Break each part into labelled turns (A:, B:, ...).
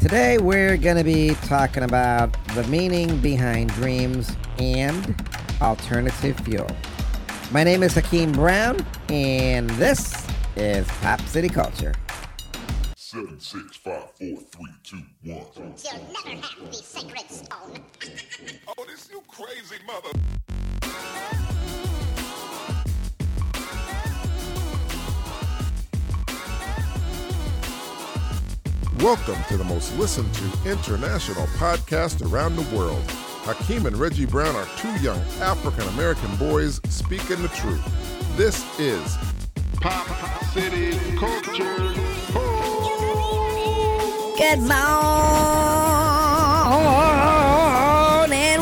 A: Today we're gonna be talking about the meaning behind dreams and alternative fuel. My name is Hakeem Brown, and this is Pop City Culture.
B: Seven, six, five, four, three, two, one.
C: You'll never have the sacred stone.
B: Oh, this you crazy mother.
D: Welcome to the most listened to international podcast around the world. Hakeem and Reggie Brown are two young African American boys speaking the truth. This is
B: Pop City Culture.
A: Good morning,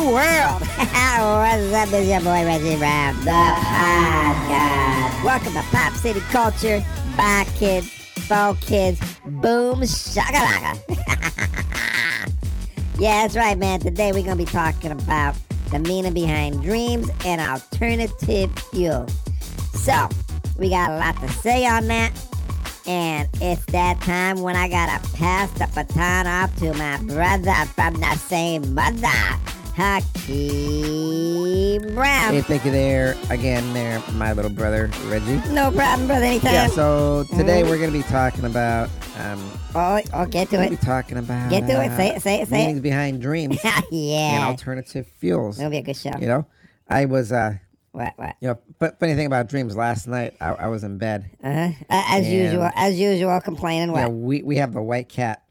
A: world. What's up? It's your boy Reggie Brown, the podcast. Welcome to Pop City Culture. Bye, kids. For kids. Boom shakalaka. yeah, that's right, man. Today we're gonna be talking about the meaning behind dreams and alternative fuel. So we got a lot to say on that. And it's that time when I gotta pass the baton off to my brother from the same mother, Hakeem Brown.
E: Hey, thank you there again, there, my little brother Reggie.
A: no problem, brother. Anytime.
E: Yeah. So today we're gonna be talking about. Um,
A: oh, oh, get to
E: we're gonna
A: it.
E: be talking about.
A: Get to it. Say it. Say it. Say
E: Meanings
A: it.
E: behind dreams and
A: yeah. Oh,
E: alternative fuels.
A: It'll be a good show.
E: You know, I was. Uh,
A: What? What?
E: you know, but funny thing about dreams. Last night I, I was in bed.
A: Uh-huh. Uh, as
E: Yeah.
A: usual. As usual, complaining. What?
E: Yeah, we we have the white cat.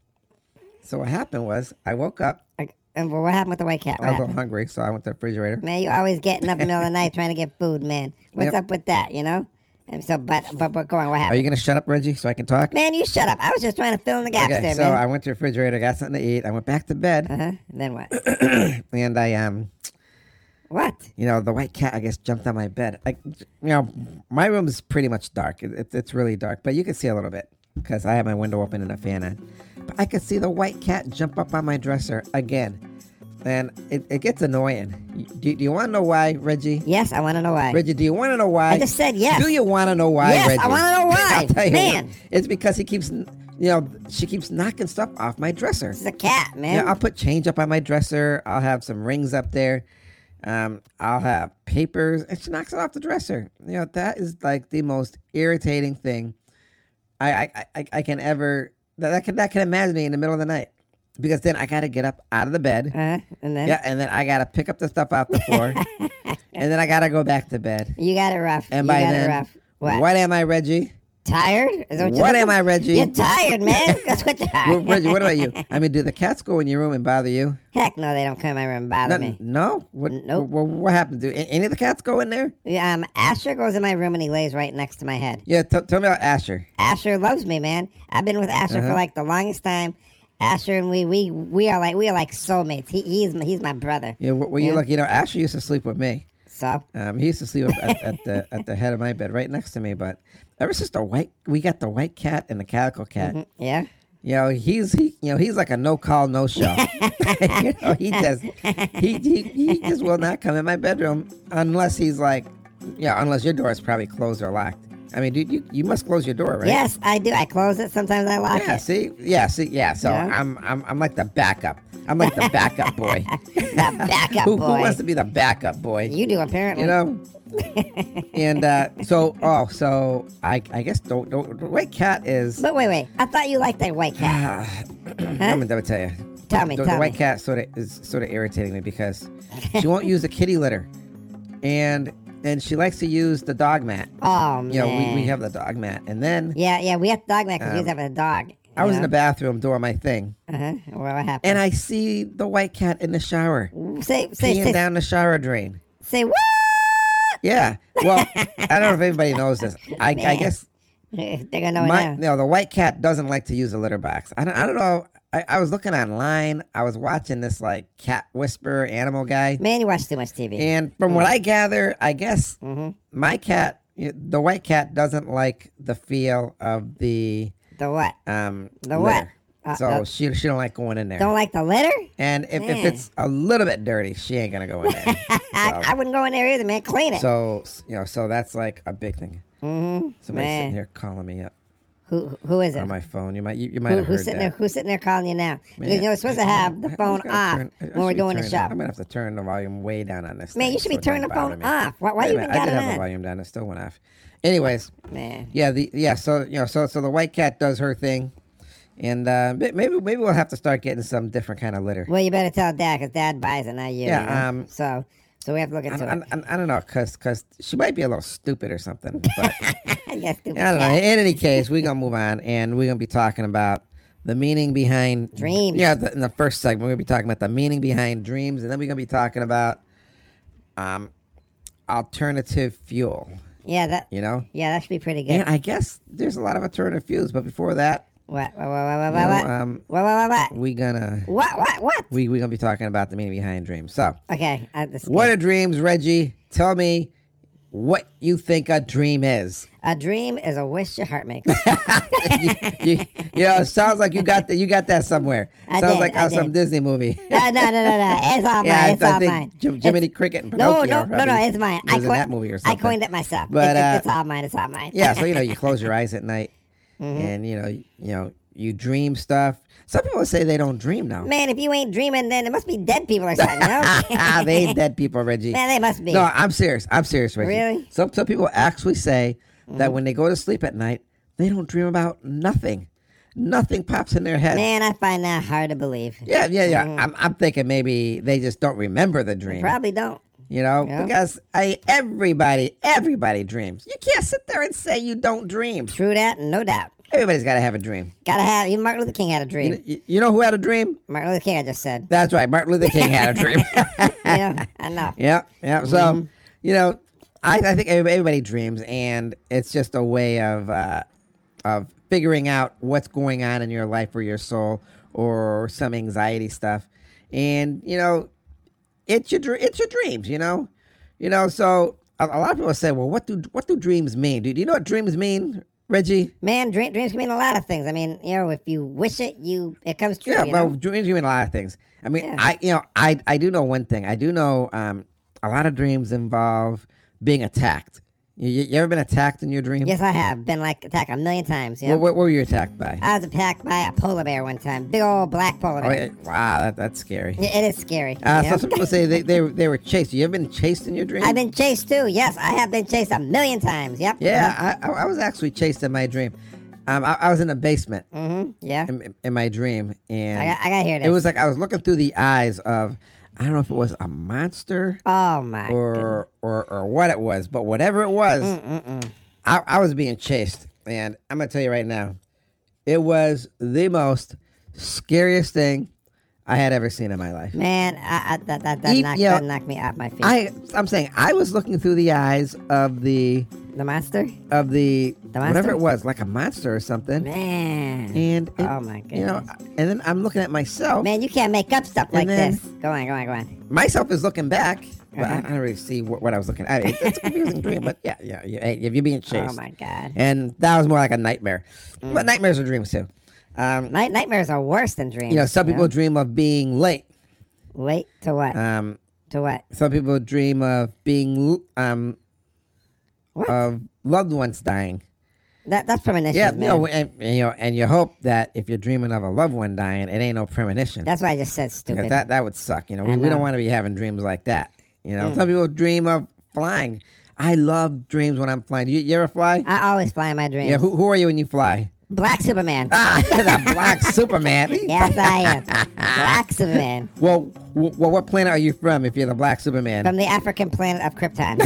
E: So what happened was I woke up.
A: Like, And well, what happened with the white cat? What
E: I was a little
A: happened?
E: hungry, so I went to the refrigerator.
A: Man, you always getting up in the middle of the night trying to get food, man. What's
E: Yep.
A: up with that? You know. And so, but but but go on. What
E: Are
A: happened?
E: you gonna shut up, Reggie, so I can talk?
A: Man, you shut up. I was just trying to fill in the gaps
E: Okay,
A: there,
E: so
A: man.
E: I went to the refrigerator, got something to eat. I went back to bed,
A: Uh-huh. Then what? Uh.
E: and I um
A: what?
E: you know, the white cat, I guess, jumped on my bed. Like, you know, my room's pretty much dark. It, it, it's really dark, but you can see a little bit because I have my window open and a fan on. But I could see the white cat jump up on my dresser again. And it, it gets annoying. Do, do you want to know why, Reggie?
A: Yes, I want to know why.
E: Reggie, do you want to know why?
A: I just said yes.
E: Do you want to know why,
A: Yes, I
E: Reggie?
A: wanna know why.
E: I'll tell you
A: Man.
E: what. It's because he keeps, you know, she keeps knocking stuff off my dresser.
A: This is a cat, man.
E: Yeah, I'll put change up on my dresser. I'll have some rings up there. Um, I'll have papers, and she knocks it off the dresser. You know that is like the most irritating thing I I, I, I can ever that, that can that can imagine me in the middle of the night because then I got to get up out of the bed.
A: uh, and then
E: Yeah, and then I got to pick up the stuff off the floor, and then I got to go back to bed.
A: you got it rough.
E: And
A: you
E: by
A: got
E: then,
A: it rough. What?
E: what am I, Reggie?
A: Tired? Is that what you're
E: What am
A: looking-
E: I, Reggie?
A: You're tired, man. That's what you
E: Well,
A: are.
E: Reggie, what about you? I mean, do the cats go in your room and bother you?
A: Heck no, they don't come in my room and
E: No,
A: bother me.
E: no. What,
A: Nope.
E: What, what happened? Do a- any of the cats go in there?
A: Yeah, Um, Asher goes in my room and he lays right next to my head.
E: Yeah. T- tell me about Asher.
A: Asher loves me, man. I've been with Asher
E: Uh-huh.
A: for like the longest time. Asher and we, we, we are like we are like soulmates. He, he's my- he's my brother.
E: Yeah. Well, you
A: Yeah.
E: look. You know, Asher used to sleep with me.
A: So
E: Um, he used to sleep up at, at the at the head of my bed, right next to me. But ever since the white, we got the white cat and the calico cat.
A: mm, yeah.
E: You know, he's he. You know, he's like a no call, no show. you know, he just he, he he just will not come in my bedroom unless he's like, yeah, unless your door is probably closed or locked. I mean, dude, you you must close your door, right?
A: Yes, I do. I close it. Sometimes I lock
E: Yeah,
A: it.
E: see, yeah, see, yeah. So
A: Yeah.
E: I'm, I'm, I'm like the backup. I'm like the backup boy.
A: The backup
E: who, who
A: boy.
E: wants to be the backup boy?
A: you do apparently.
E: You know. and uh, so, oh, so I, I guess don't, don't. The white cat is.
A: But wait, wait. I thought you liked that white cat.
E: Ah, I'm gonna double tell you.
A: Tell me,
E: the,
A: tell
E: the white
A: me.
E: cat sort of is sort of irritating me because she won't use the kitty litter, and and she likes to use the dog mat.
A: Oh man.
E: You know, we, we have the dog mat, and then
A: Yeah, yeah. We have dog because we
E: Um,
A: used to have a dog.
E: I was in the bathroom doing my thing,
A: the. Uh-huh. Well, what happened?
E: and I see the white cat in the shower.
A: say, say,
E: peeing
A: say,
E: down the shower drain.
A: say what?
E: Yeah. Well, I don't know if anybody knows this. I, I
A: Man. Oh,
E: guess
A: They're gonna know it
E: my
A: now.
E: no, the white cat doesn't like to use a litter box. I don't. I don't know. I, I was looking online. I was watching this like cat whisperer animal guy,
A: Man, you watch too much TV.
E: and from
A: Mm-hmm.
E: what I gather, I guess
A: Mhm.
E: my cat, the white cat, doesn't like the feel of the
A: The what?
E: um
A: The what?
E: litter.
A: Uh,
E: So
A: the-
E: she she don't like going in there.
A: Don't like the litter?
E: and if, if
A: Man.
E: it's a little bit dirty, she ain't gonna go in there.
A: I, I wouldn't go in there either, man. Clean it.
E: So you know, so that's like a big thing.
A: mm-hmm.
E: Somebody's
A: Man.
E: sitting here calling me up.
A: Who who is it?
E: on my phone. You might you, you might
A: Who,
E: have
A: who's
E: heard
A: sitting there?
E: that.
A: Who's sitting there calling you now? Because,
E: Man,
A: you know, we're supposed to
E: I-
A: have the
E: I- I
A: phone
E: just gotta
A: off
E: turn- I- I
A: when we're
E: should be
A: doing the
E: turning-
A: show.
E: I'm gonna have to turn the volume way down on this.
A: Man,
E: thing
A: you should
E: so
A: be
E: it don't
A: turning the
E: bother
A: phone
E: me.
A: off. Why- why
E: Wait a
A: you
E: minute,
A: even
E: I
A: got
E: did
A: it
E: have
A: on?
E: the volume down. It still went off. Anyways,
A: Man,
E: yeah, the yeah. So you know, so so the white cat does her thing, and uh, may- maybe maybe we'll have to start getting some different kind of litter.
A: well, you better tell Dad because Dad buys it, not you.
E: Yeah,
A: you know?
E: um,
A: so so we have to look
E: I,
A: into
E: don't- I, don't- I don't know, cause 'cause she might be a little stupid or something. But
A: it. yeah, stupid
E: I don't know.
A: cat.
E: In any case, we're gonna move on, and we're gonna be talking about the meaning behind
A: Dreams.
E: Yeah, the, in the first segment, we're gonna be talking about the meaning behind dreams, and then we're gonna be talking about um alternative fuel.
A: Yeah, that.
E: You know,
A: Yeah, that should be pretty good.
E: and I guess there's a lot of alternative fuels, but before that,
A: What? What? What? What? What?
E: you know,
A: What?
E: um,
A: What? What? What?
E: we gonna
A: What? What? What?
E: we we gonna be talking about the meaning behind dreams. So,
A: Okay. I, this is
E: what
A: good.
E: are dreams, Reggie? Tell me what you think a dream is.
A: a dream is a wish your heart makes.
E: you, you- you know, it sounds like you got that. You got that somewhere.
A: I
E: sounds
A: did,
E: like
A: I
E: out some
A: did.
E: Disney movie.
A: no, no, no, no, no. It's all
E: yeah,
A: mine.
E: I-
A: It's
E: I
A: all
E: think
A: mine.
E: Jim, Jiminy Cricket and
A: no,
E: Pinocchio.
A: no, no, no.
E: probably
A: It's mine.
E: was
A: I
E: in
A: coined,
E: that movie or
A: I
E: something.
A: coined it myself.
E: But,
A: But
E: uh,
A: it's all mine. It's all mine.
E: Yeah, so you know, you close your eyes at night,
A: Mm-hmm.
E: and you know, you, you know, you dream stuff. Some people say they don't dream now.
A: Man, if you ain't dreaming, then it must be dead people or something. You
E: ah,
A: know?
E: they ain't dead people, Reggie.
A: Man, they must be.
E: No, I'm serious. I'm serious, Reggie.
A: Really? Mm-hmm.
E: Some some people actually say that when they go to sleep at night, they don't dream about nothing. Nothing pops in their head.
A: Man, Mm. I find that hard to believe.
E: Yeah, yeah, yeah. I'm, I'm thinking maybe they just don't remember the dream.
A: Probably don't.
E: You know,
A: Yeah.
E: because I everybody everybody dreams. You can't sit there and say you don't dream.
A: True that, no doubt.
E: Everybody's got to have a dream.
A: Gotta have. Even Martin Luther King had a dream.
E: You, you know who had a dream?
A: Martin Luther King, I just said.
E: That's right, Martin Luther King had a dream.
A: you know, I know.
E: yeah, yeah. So, you know, I, I think everybody, everybody dreams, and it's just a way of uh, of figuring out what's going on in your life or your soul or some anxiety stuff, and you know, it's your dr- it's your dreams, you know, you know. So a, a lot of people say, well, what do what do dreams mean? Do, do you know what dreams mean, Reggie?
A: Man, dream, dreams can mean a lot of things. I mean, you know, if you wish it, you it comes true.
E: Yeah,
A: you
E: well,
A: know?
E: dreams mean a lot of things. I mean,
A: Yeah.
E: I you know, I I do know one thing. I do know um, a lot of dreams involve being attacked. You, you, you ever been attacked in your dream?
A: yes, I have been like attacked a million times. You know?
E: What, what were you attacked by?
A: I was attacked by a polar bear one time, big old black polar
E: Oh,
A: bear.
E: yeah, wow, that, that's scary.
A: Yeah, It is scary.
E: Uh,
A: you
E: so
A: know?
E: some people say they, they they were chased. You ever been chased in your dream?
A: I've been chased too. Yes, I have been chased a million times. Yep.
E: Yeah, I, I, I was actually chased in my dream. Um, I, I was in a basement
A: Mm-hmm. Yeah.
E: in, in my dream, and
A: I got, I got here.
E: it was like I was looking through the eyes of I don't know if it was a monster.
A: Oh my. goodness.
E: or or or what it was, but whatever it was,
A: Mm,
E: I, I was being chased, and I'm gonna tell you right now, it was the most scariest thing I had ever seen in my life.
A: Man, I, I, that that, that,
E: Eat-
A: knocked,
E: yeah.
A: that knocked me off my feet.
E: I I'm saying I was looking through the eyes of the
A: the monster.
E: of the, whatever
A: monster?
E: it was, like a monster or something,
A: Man.
E: and it,
A: oh my goodness.
E: you know, and then I'm looking at myself.
A: Man, you can't make up stuff like
E: then-
A: this. Go on, go on, go on.
E: myself is looking back. But I,
A: Uh-huh.
E: I don't really see what, what I was looking at. It's- It's a confusing dream, but yeah, yeah, yeah. Hey, if you're being chased,
A: Oh my god.
E: and that was more like a nightmare.
A: Mm.
E: But nightmares are dreams too. Um,
A: Night nightmares are worse than dreams.
E: you know, some people dream of being late.
A: Wait to what?
E: Um,
A: to what?
E: some people dream of being l- um,
A: What?
E: of loved ones dying.
A: That that's premonition.
E: Yeah, you
A: man.
E: know, and, and, you know, and you hope that if you're dreaming of a loved one dying, it ain't no premonition.
A: that's why I just said stupid.
E: Because that that would suck. You know, we,
A: I
E: we don't
A: know. Mm.
E: want to be having dreams like that. You know, some people dream of flying. I love dreams when I'm flying. You, you ever fly?
A: I always fly in my dreams.
E: yeah. Who, who are you when you fly?
A: Black Superman.
E: Ah, the black Superman.
A: Yes, I am. Black Superman
E: Well, w- well, what planet are you from? If you're the Black Superman,
A: from the African planet of Krypton.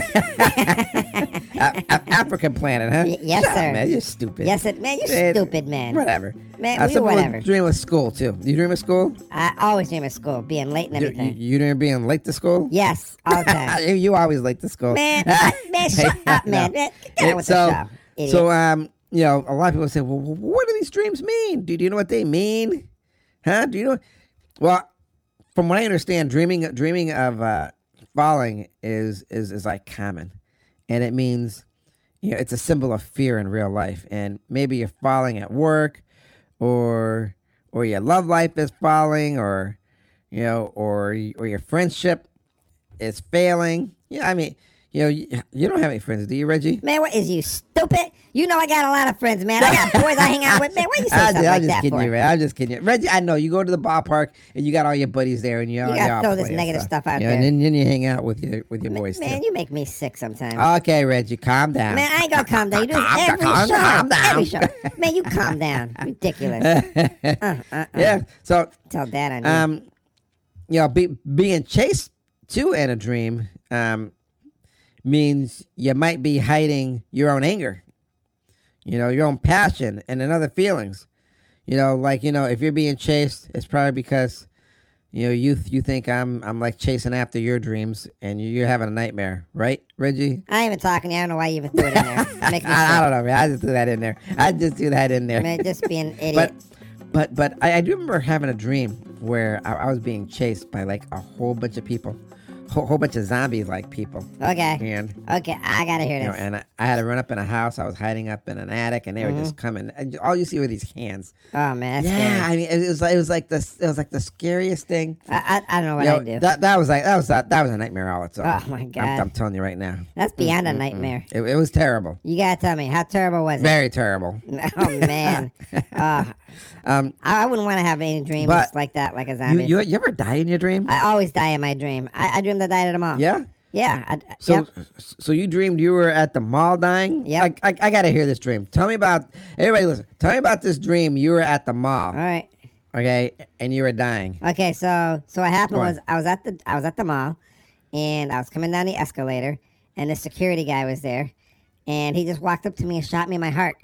E: A- A- African planet, huh?
A: Y- yes,
E: Shut up,
A: sir.
E: man, you're stupid.
A: yes, it, man, you
E: Eh,
A: stupid man.
E: Whatever.
A: Man,
E: Uh,
A: we-
E: some people
A: whatever.
E: Dream of school too. You dream of school?
A: I always dream of school, being late and
E: You, you,
A: everything.
E: you dream of being late to school?
A: Yes, all the
E: Ah,
A: time.
E: you- you always late to school.
A: man, man, shut up, man.
E: No.
A: man get out with
E: so,
A: the show. Idiot.
E: so um, you know, a lot of people say, "Well, wh- what do these dreams mean? Do you know what they mean? Huh? Do you know?" Well, from what I understand, dreaming dreaming of uh, falling is is is like common, and it means you know it's a symbol of fear in real life, and maybe you're falling at work, or or your love life is falling, or you know, or y- or your friendship is failing. Yeah, I mean, You know, you, you don't have any friends, do you, Reggie?
A: Man, what is you stupid? You know I got a lot of friends, man. I got boys I hang out with, man. Why you say
E: I,
A: something
E: am
A: like
E: just
A: that
E: kidding
A: for?
E: you, Reggie. I'm just kidding you, Reggie. I know you go to the ballpark and you got all your buddies there, and you, all-
A: You
E: you
A: gotta
E: all
A: throw this
E: play and
A: negative stuff out
E: yeah, And
A: there.
E: then, then you hang out with your with your boys.
A: man,
E: too.
A: you make me sick sometimes.
E: Okay, Reggie, calm down.
A: Man, I ain't gonna calm down. You do this
E: Calm down,
A: every
E: calm
A: show.
E: down, calm
A: Every show.
E: down.
A: Man, you calm down. Ridiculous. uh-uh.
E: yeah. So,
A: Tell that I know.
E: um, you know, be, being chased to in a dream, um, means you might be hiding your own anger, you know, your own passion and then other feelings. You know, like you know, if you're being chased, it's probably because you know you you think I'm I'm like chasing after your dreams and you're having a nightmare, right, Reggie?
A: I ain't even talking to you. I don't know why you even threw it in there. Make me
E: I, I
A: sick.
E: don't know, man. I just threw that in there. I just threw that in there.
A: Man, just be an idiot.
E: but but but I, I do remember having a dream where I, I was being chased by like a whole bunch of people, whole, whole bunch of zombie like people,
A: okay.
E: and
A: Okay, I gotta hear
E: you know,
A: this.
E: and I, I had to run up in a house. I was hiding up in an attic, and they were
A: Mm-hmm.
E: just coming. And all you see were these hands.
A: Oh man, that's
E: yeah,
A: scary.
E: I mean, it was like it was like the it was like the scariest thing.
A: I, I, I don't know what
E: You know,
A: I do.
E: That that was like that was that, that was a nightmare all its own.
A: Oh, my
E: I'm-
A: God.
E: I'm, telling you right now,
A: that's beyond a nightmare.
E: it, it was terrible,
A: You gotta tell me how terrible was it?
E: very terrible.
A: Oh man, uh,
E: Um,
A: I, I wouldn't want to have any dreams
E: But-
A: like that, like a
E: you,
A: zombie.
E: you you ever die in your dream?
A: I always die in my dream. I, I dreamed I died at a mall.
E: yeah.
A: yeah. I,
E: So,
A: yep.
E: so you dreamed you were at the mall dying?
A: Yep.
E: I, I, I gotta hear this dream. Tell me about everybody. Listen. Tell me about this dream. You were at the
A: All
E: mall,
A: right.
E: okay, and you were dying.
A: Okay, so so what happened
E: Go on.
A: was I was at the I was at the mall, and I was coming down the escalator, and the security guy was there, and he just walked up to me and shot me in my heart,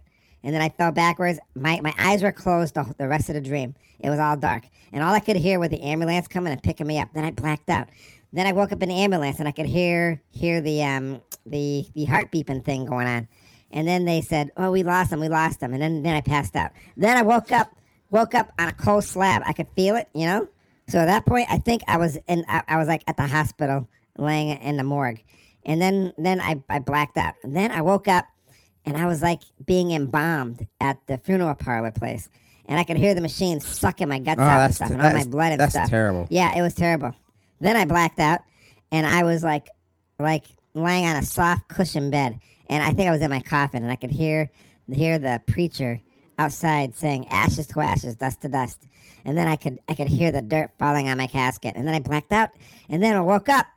A: and then I fell backwards. My my eyes were closed the, the rest of the dream. It was all dark, and all I could hear was the ambulance coming and picking me up. Then I blacked out. Then I woke up in the ambulance, and I could hear hear the um the the heart beeping thing going on, and then they said, "Oh, we lost him, we lost him," and then then I passed out. Then I woke up. Woke up on a cold slab. I could feel it, you know. So at that point, I think I was in, I, I was like at the hospital, laying in the morgue, and then then I, I blacked out. And then I woke up, and I was like being embalmed at the funeral parlor place, and I could hear the machine sucking my guts
E: Oh,
A: out and
E: that's
A: stuff,
E: te-
A: and all my
E: that's-
A: blood and
E: that's
A: stuff.
E: terrible.
A: Yeah, it was terrible. Then I blacked out, and I was like, like lying on a soft cushion bed, and I think I was in my coffin, and I could hear hear the preacher outside saying, "Ashes to ashes, dust to dust," and then I could I could hear the dirt falling on my casket, and then I blacked out, and then I woke up.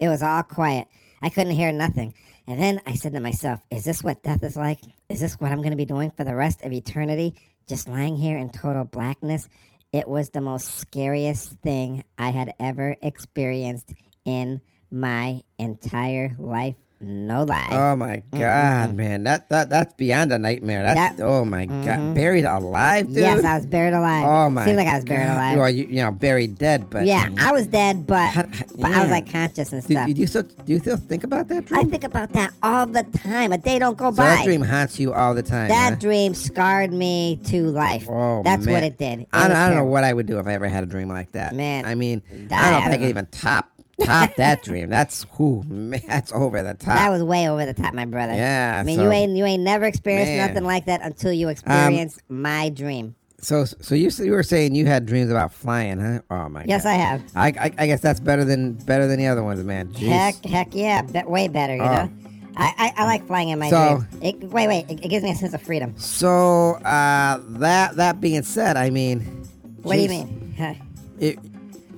A: It was all quiet. I couldn't hear nothing. And then I said to myself, is this what death is like? Is this what I'm going to be doing for the rest of eternity? Just lying here in total blackness? It was the most scariest thing I had ever experienced in my entire life. No lie.
E: Oh my god, man! That that that's beyond a nightmare. That's
A: That-
E: oh my god, buried alive, dude.
A: Mm-hmm. yes, I was buried alive.
E: oh my.
A: Seemed like I was buried
E: God.
A: alive.
E: Well, you, you know, buried dead, but
A: yeah, I was dead, but,
E: How-
A: but I
E: yeah.
A: was like conscious and
E: Do,
A: stuff.
E: do you still do you still think about that
A: I
E: dream?
A: think about that all the time. A day don't go
E: so
A: by.
E: that dream haunts you all the time.
A: That
E: huh?
A: dream scarred me to life.
E: Oh,
A: That's
E: man.
A: what it did. It
E: I, don't-
A: was
E: I don't know
A: terrible.
E: what I would do if I ever had a dream like that.
A: Man,
E: I mean, I
A: that-
E: don't think I could even top top that dream. That's who, man, that's over the top.
A: That was way over the top, my brother.
E: Yeah,
A: I mean,
E: so-
A: you ain't you ain't never experienced
E: Man. Um,
A: nothing like that until you experience my dream.
E: so, so you s- you were saying you had dreams about flying, huh? Oh my
A: Yes, I
E: god.
A: have.
E: I, I I guess that's better than better than the other ones, man. Jeez.
A: Heck, heck yeah, be- way better. You
E: Oh.
A: know, I, I I like flying in my
E: So-
A: dreams. It, wait, wait, it, it gives me a sense of freedom.
E: So, uh, that that being said, I mean,
A: What do
E: jeez.
A: you mean? Huh.
E: It,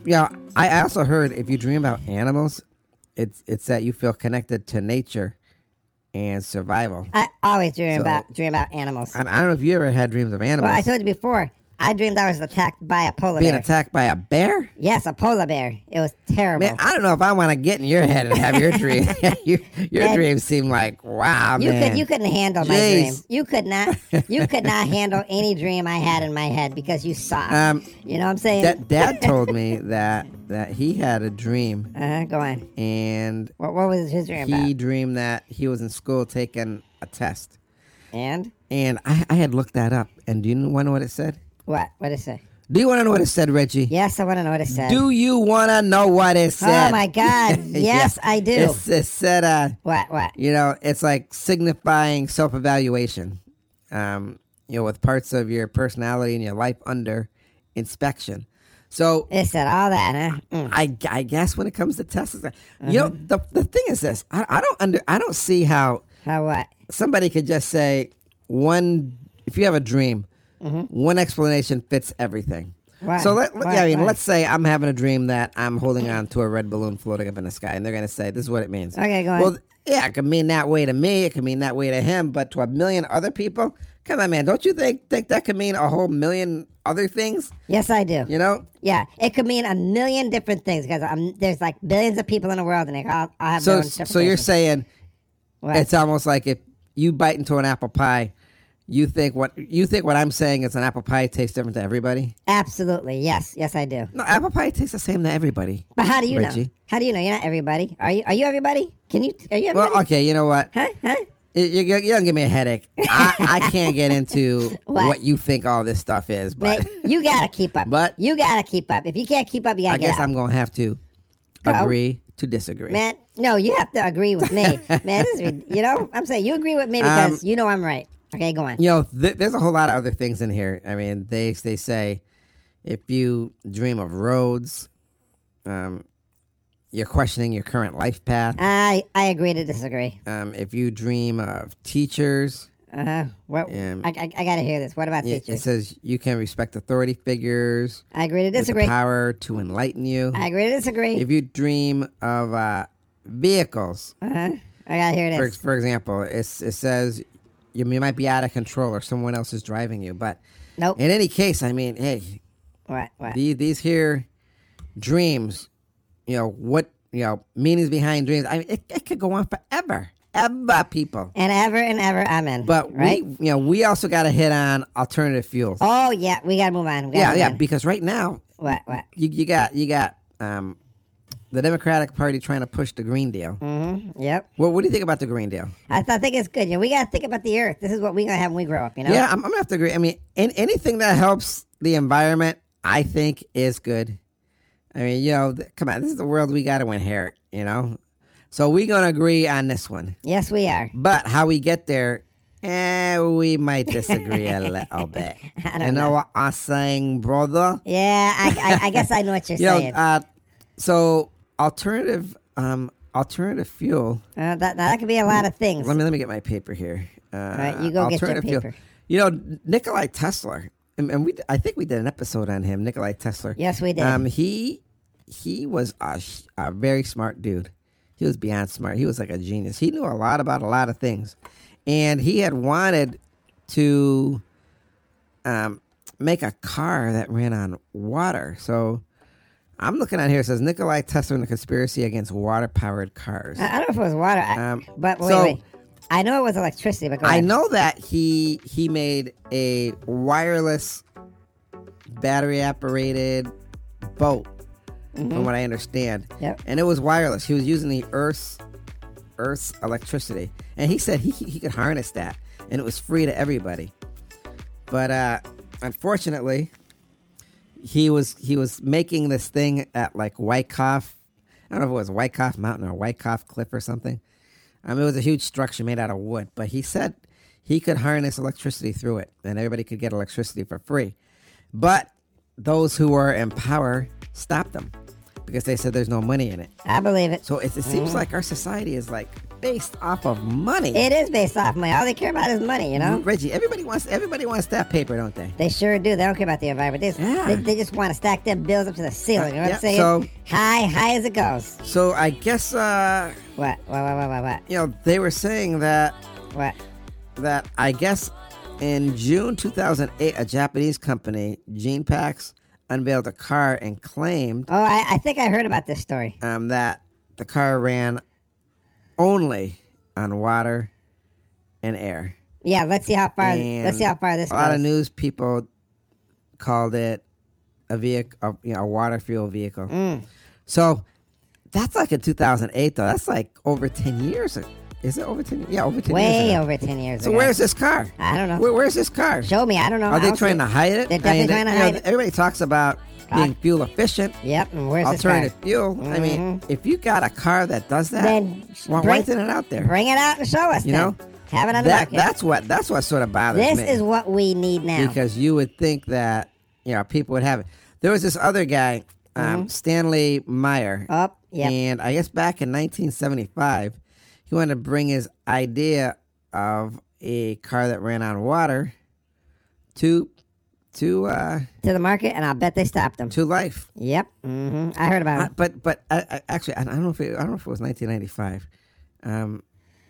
E: you know, I I also heard if you dream about animals, it's it's that you feel connected to nature and survival.
A: I always dream
E: So-
A: about dream about animals.
E: And I don't know if you ever had dreams of animals.
A: well, I told you before. I dreamed I was attacked by a polar
E: being
A: bear.
E: attacked by a bear?
A: yes, a polar bear. It was terrible.
E: Man, I don't know if I want to get in your head and have your dream. your your
A: Man.
E: dreams seem like wow,
A: You
E: man.
A: could you couldn't handle my
E: Jeez.
A: dream. You could not you could not handle any dream I had in my head because you saw.
E: Um,
A: you know what I'm saying?
E: Da- Dad told me that that he had a dream
A: uh-huh, go on.
E: and
A: What what was his dream
E: he
A: about?
E: dreamed that he was in school taking a test.
A: And
E: And I, I had looked that up. And do you want to know what it said?
A: what? What it say?
E: Do you want to know what it said, Reggie?
A: Yes, I want to know what it said. Oh
E: Do you want to know what it said?
A: my God.
E: Yeah.
A: Yes, I do.
E: It's- It said, uh,
A: What what?
E: you know, it's like signifying self evaluation, um, you know, with parts of your personality and your life under inspection. So
A: It said all that, huh? Mm.
E: I, I guess when it comes to Tesla, you know, the, the thing is this: I, I don't under I don't see how
A: How what?
E: somebody could just say one. If you have a dream,
A: Mm-hmm.
E: one explanation fits everything.
A: Why?
E: So let, let-
A: Why?
E: yeah, I mean,
A: Why?
E: let's say I'm having a dream that I'm holding on to a red balloon floating up in the sky, and they're going to say this is what it means.
A: Okay, go
E: Well,
A: on.
E: yeah, it could mean that way to me. It could mean that way to him, but to a million other people, come on, man, don't you think think that could mean a whole million other things?
A: Yes, I do.
E: You know,
A: Yeah, it could mean a million different things because um, there's like billions of people in the world, and they all, all have their
E: so
A: own
E: so you're
A: interpretations.
E: saying
A: What?
E: it's almost like if you bite into an apple pie, you think what you think what I'm saying is an apple pie tastes different to everybody.
A: absolutely yes, yes, I do.
E: No, apple pie tastes the same to everybody.
A: But how do you know?
E: Reggie.
A: How do you know? You're not everybody. Are you? Are you everybody? Can you? Are you everybody?
E: Well, okay, you know what?
A: Huh? Huh?
E: You, you, you don't give me a headache. I, I can't get into
A: What?
E: what? you think all this stuff is, but
A: Mate, you gotta keep up.
E: But-
A: you gotta keep up. If you can't keep up, you gotta
E: I
A: get
E: guess
A: out.
E: I'm gonna have to
A: Go.
E: agree to disagree.
A: Man, no, you have to agree with me, man. This is, rid- you know, I'm saying you agree with me because you know I'm right. Okay, go on.
E: Um, You know, th- there's a whole lot of other things in here. I mean, they they say if you dream of roads, um, you're questioning your current life path.
A: I I agree to disagree.
E: Um, if you dream of teachers,
A: Uh huh. What?
E: Yeah.
A: I, I I gotta hear this. What about
E: it, it
A: teachers?
E: says you can respect authority figures
A: I agree to
E: with
A: disagree.
E: the power to enlighten you.
A: I agree to disagree.
E: if you dream of uh, vehicles,
A: Uh-huh. I gotta hear
E: for,
A: this.
E: for example, it's, it says you, you might be out of control or someone else is driving you. But
A: Nope.
E: in any case, I mean, hey,
A: What? What?
E: these these here dreams, you know what you know meanings behind dreams. I mean, it, it could go on forever, ever, people.
A: And ever and ever, I'm in.
E: But
A: right?
E: we, you know, we also got to hit on alternative fuels.
A: oh yeah, we gotta move on. We gotta
E: yeah,
A: move
E: yeah,
A: on.
E: because right now
A: what? What?
E: you, you got you got um, the Democratic Party trying to push the Green Deal.
A: Mm-hmm. Yep.
E: Well, what do you think about the Green Deal?
A: I, th- I think it's good. You know, we gotta think about the earth. This is what we gonna have when we grow up. You know.
E: Yeah, I'm, I'm gonna have to agree. I mean, an anything that helps the environment, I think, is good. I mean, you know, th- come on, this is the world we got to inherit. You know, so we gonna agree on this one.
A: Yes, we are.
E: But how we get there, eh, we might disagree a little bit.
A: I don't
E: you know,
A: know.
E: what I'm saying, brother?
A: Yeah. I, I, I guess I know what you're
E: You know,
A: saying.
E: uh, so alternative, um, alternative fuel.
A: Uh, that, that could be a lot of things.
E: Let me let me get my paper here. Uh, All
A: right, you go get your paper.
E: You know, Nikolai Tesla, and, and we I think we did an episode on him, Nikolai Tesla.
A: Yes, we did.
E: Um, he he was a, sh- a very smart dude. He was beyond smart. He was like a genius. He knew a lot about a lot of things, and he had wanted to um, make a car that ran on water. So. I'm looking at here. It says Nikolai Tesla and the conspiracy against water-powered cars.
A: I, I don't know if it was water, I,
E: Um,
A: but wait,
E: so-
A: wait. I know it was electricity, but go
E: I
A: ahead.
E: know that he he made a wireless battery operated boat from what I understand.
A: Yep.
E: And it was wireless. He was using the earth's earth's electricity. And he said he he could harness that and it was free to everybody. But uh unfortunately he was he was making this thing at like Wyckoff I don't know if it was Wyckoff Mountain or Wyckoff Cliff or something. Um, it was a huge structure made out of wood, but he said he could harness electricity through it, and everybody could get electricity for free. But those who were in power stopped them because they said there's no money in it.
A: I believe it.
E: So it, it seems like our society is like based off of money. Mm,
A: It is based off money. All they care about is money, you know?
E: Reggie, everybody wants everybody wants that paper, don't they?
A: They sure do. They don't care about the environment. They just,
E: Yeah.
A: they, they just want to stack their bills up to the ceiling. You know what
E: Yeah,
A: I'm saying?
E: so-
A: high, high as it goes.
E: So I guess uh,
A: What? What? What? What? What? What?
E: you know they were saying that
A: what?
E: that I guess in June 2008, a Japanese company, GenePax, unveiled a car and claimed
A: Oh, I, I think I heard about this story.
E: um, that the car ran only on water and air.
A: Yeah, let's see how far.
E: And
A: let's see how far this
E: A lot
A: goes.
E: of news people called it a vehicle, a, you know, a water fuel vehicle.
A: Mm.
E: So that's like in 2008, though. That's like over 10 years. Is it over 10? years? Yeah, over 10 years.
A: Way
E: ago.
A: over ten years
E: So
A: ago.
E: where's this car?
A: I don't know.
E: Where, where's this car?
A: Show me. I don't know. I
E: Are they
A: don't see
E: trying to hide it?
A: They're definitely
E: I mean,
A: trying to
E: you know,
A: hide it.
E: Everybody talks about
A: Ah.
E: being fuel efficient.
A: Yep. And where's this car? Mm-hmm.
E: Alternative fuel. I mean, if you got a car that does that,
A: Then
E: why, why
A: bring-
E: isn't it out there?
A: Bring it out and show us.
E: You
A: then.
E: know,
A: have it
E: that,
A: on the market.
E: that's what that's what sort of bothers
A: this
E: me.
A: is what we need now.
E: because you would think that you know people would have it. There was this other guy,
A: Mm-hmm.
E: um, Stanley Meyer.
A: Up, yep.
E: And I guess back in 1975, he wanted to bring his idea of a car that ran on water to to uh,
A: to the market, and I bet they stopped them.
E: to life.
A: Yep. hmm I heard about
E: Uh,
A: it.
E: but but I, I, actually, I don't know if it, I don't know if it was 1995. Um,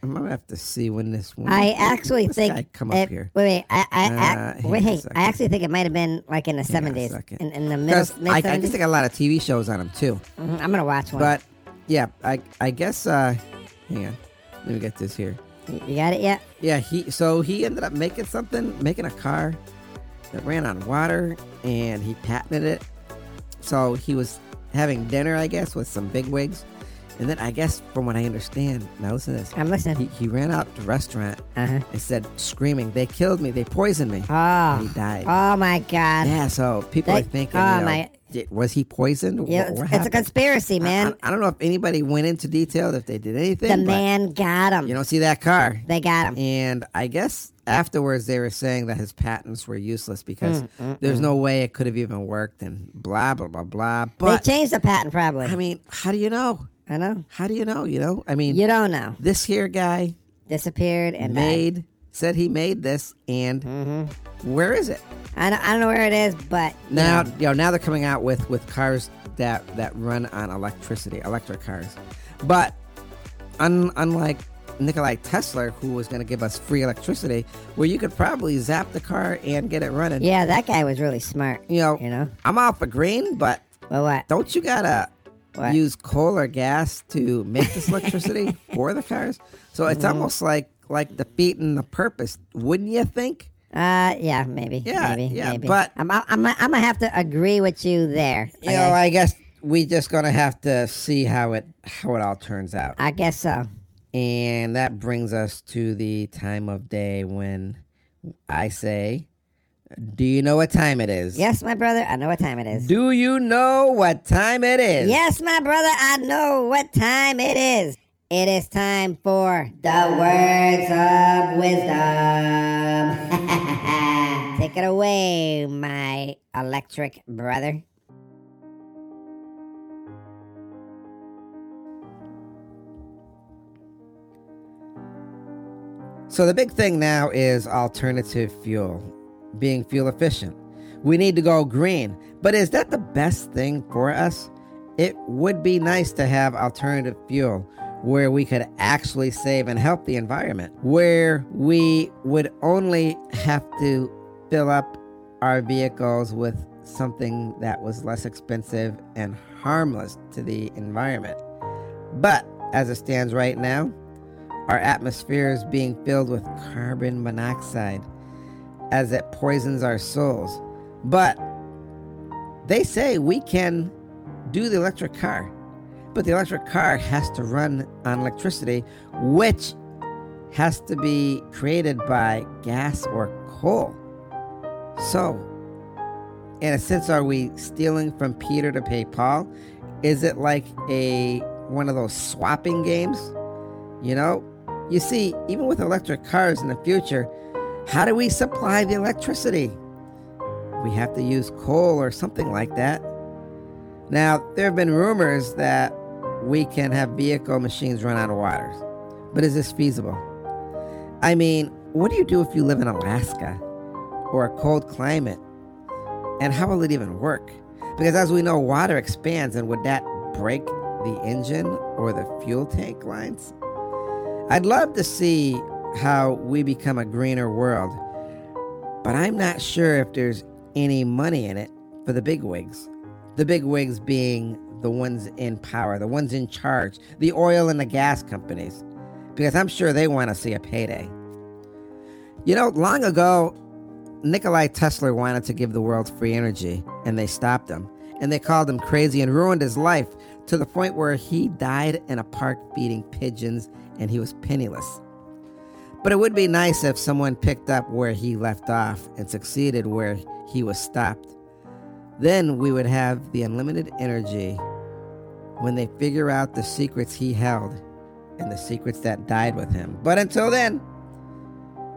E: I'm gonna have to see when this one.
A: I actually
E: this
A: think
E: guy come up
A: it-
E: here.
A: Wait, wait. I, I,
E: Uh,
A: ac
E: hang
A: wait,
E: on a
A: hey,
E: second.
A: I actually think it might have been like in the
E: Hang on a
A: seventies,
E: second.
A: in, in the middle,
E: Because I,
A: mid
E: I just
A: seventies.
E: think a lot of TV shows on him too.
A: I'm gonna watch one.
E: But yeah, I I guess uh, hang on, let me get this here.
A: Y- you got it yet?
E: Yeah, he so he ended up making something, making a car that ran on water, and he patented it. So he was having dinner, I guess, with some bigwigs, and then I guess from what I understand, now listen to this.
A: I'm
E: He,
A: listening.
E: he ran out to the restaurant
A: Uh-huh.
E: and said, screaming, "They killed me! They poisoned me!"
A: Oh,
E: And he died.
A: oh my God!
E: yeah, so people
A: They-
E: are thinking,
A: oh,
E: you know,
A: my-
E: di- was he poisoned? Wha-
A: Yeah, it's,
E: what
A: it's a
E: happened?
A: conspiracy,
E: I-
A: man.
E: I, I don't know if anybody went into detail if they did anything.
A: the
E: but
A: man got him.
E: you don't see that car.
A: they got him.
E: And I guess afterwards they were saying that his patents were useless because there's no way it could have even worked and blah, blah, blah, blah. But
A: they changed the patent, probably.
E: I mean, how do you know?
A: I know.
E: How do you know? You know, I mean,
A: You don't know.
E: this here guy
A: Disappeared and died.
E: made, said he made this and where is it?
A: I don't, I don't know where it is, but you
E: Now,
A: know,
E: you know, now they're coming out with, with cars that, that run on electricity, electric cars. But un, unlike Nikolai Tesla, who was going to give us free electricity, where you could probably zap the car and get it running.
A: yeah, that guy was really smart.
E: you know,
A: you know.
E: I'm all for green, but
A: Well, what?
E: don't you gotta
A: What?
E: use coal or gas to make this electricity for the cars? So it's almost like like defeating the purpose, wouldn't you think?
A: Uh, yeah, maybe.
E: Yeah,
A: maybe,
E: yeah,
A: maybe.
E: but-
A: I'm, I'm, I'm, I'm gonna have to agree with you there.
E: You
A: okay?
E: know, I guess we just gonna have to see how it how it all turns out,
A: I guess so.
E: and that brings us to the time of day when I say, "Do you know what time it is?"
A: Yes, my brother, I know what time it is.
E: Do you know what time it is?
A: Yes, my brother, I know what time it is. It is time for the words of wisdom. Take it away, my electric brother.
E: So the big thing now is alternative fuel, being fuel efficient. We need to go green, but is that the best thing for us? It would be nice to have alternative fuel where we could actually save and help the environment, where we would only have to fill up our vehicles with something that was less expensive and harmless to the environment. But as it stands right now, our atmosphere is being filled with carbon monoxide as it poisons our souls. But they say we can do the electric car, but the electric car has to run on electricity, which has to be created by gas or coal. So, in a sense, are we stealing from Peter to pay Paul? Is it like a one of those swapping games? You know, you see, even with electric cars in the future, how do we supply the electricity? We have to use coal or something like that. Now, there have been rumors that we can have vehicle machines run out of water. But is this feasible? I mean, what do you do if you live in Alaska or a cold climate? And how will it even work? Because as we know, water expands, and would that break the engine or the fuel tank lines? I'd love to see how we become a greener world, but I'm not sure if there's any money in it for the bigwigs. The bigwigs being the ones in power, the ones in charge, the oil and the gas companies, because I'm sure they want to see a payday. You know, long ago, Nikolai Tesla wanted to give the world free energy, and they stopped him. And they called him crazy and ruined his life to the point where he died in a park feeding pigeons and he was penniless. But it would be nice if someone picked up where he left off and succeeded where he was stopped. Then we would have the unlimited energy when they figure out the secrets he held and the secrets that died with him. But until then,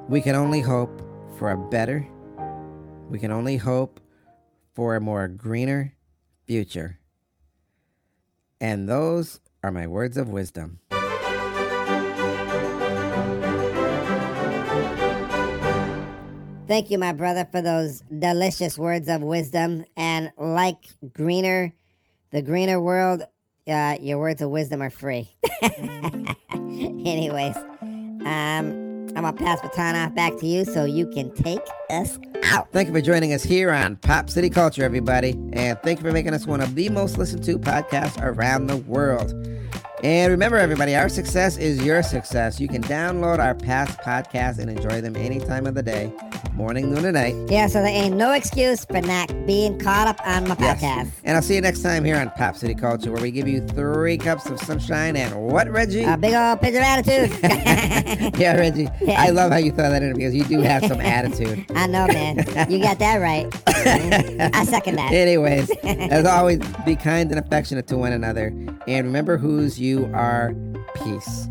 E: we can only hope for a better. We can only hope for a more greener future. And those are my words of wisdom.
A: Thank you, my brother, for those delicious words of wisdom. And like greener, the greener world, uh, your words of wisdom are free. Anyways, um, I'm gonna pass the baton off back to you so you can take us out.
E: Thank you for joining us here on Pop City Culture, everybody. And thank you for making us one of the most listened to podcasts around the world. And remember, everybody, our success is your success. You can download our past podcasts and enjoy them any time of the day, morning, noon, and night.
A: Yeah, so there ain't no excuse for not being caught up on my
E: Yes.
A: podcast.
E: And I'll see you next time here on Pop City Culture, where we give you three cups of sunshine and what, Reggie?
A: A big old pigeon attitude.
E: yeah, Reggie.
A: Yeah.
E: I love how you throw that in because you do have some attitude.
A: I know, man. You got that right. I second that.
E: Anyways, as always, be kind and affectionate to one another. And remember whose you are. Peace.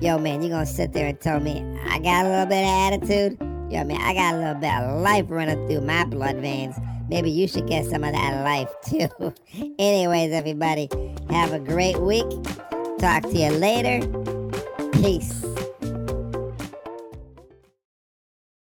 A: Yo, man, you gonna sit there and tell me I got a little bit of attitude? Yo, man, I got a little bit of life running through my blood veins. Maybe you should get some of that life too. Anyways, everybody, have a great week. Talk to you later. Peace.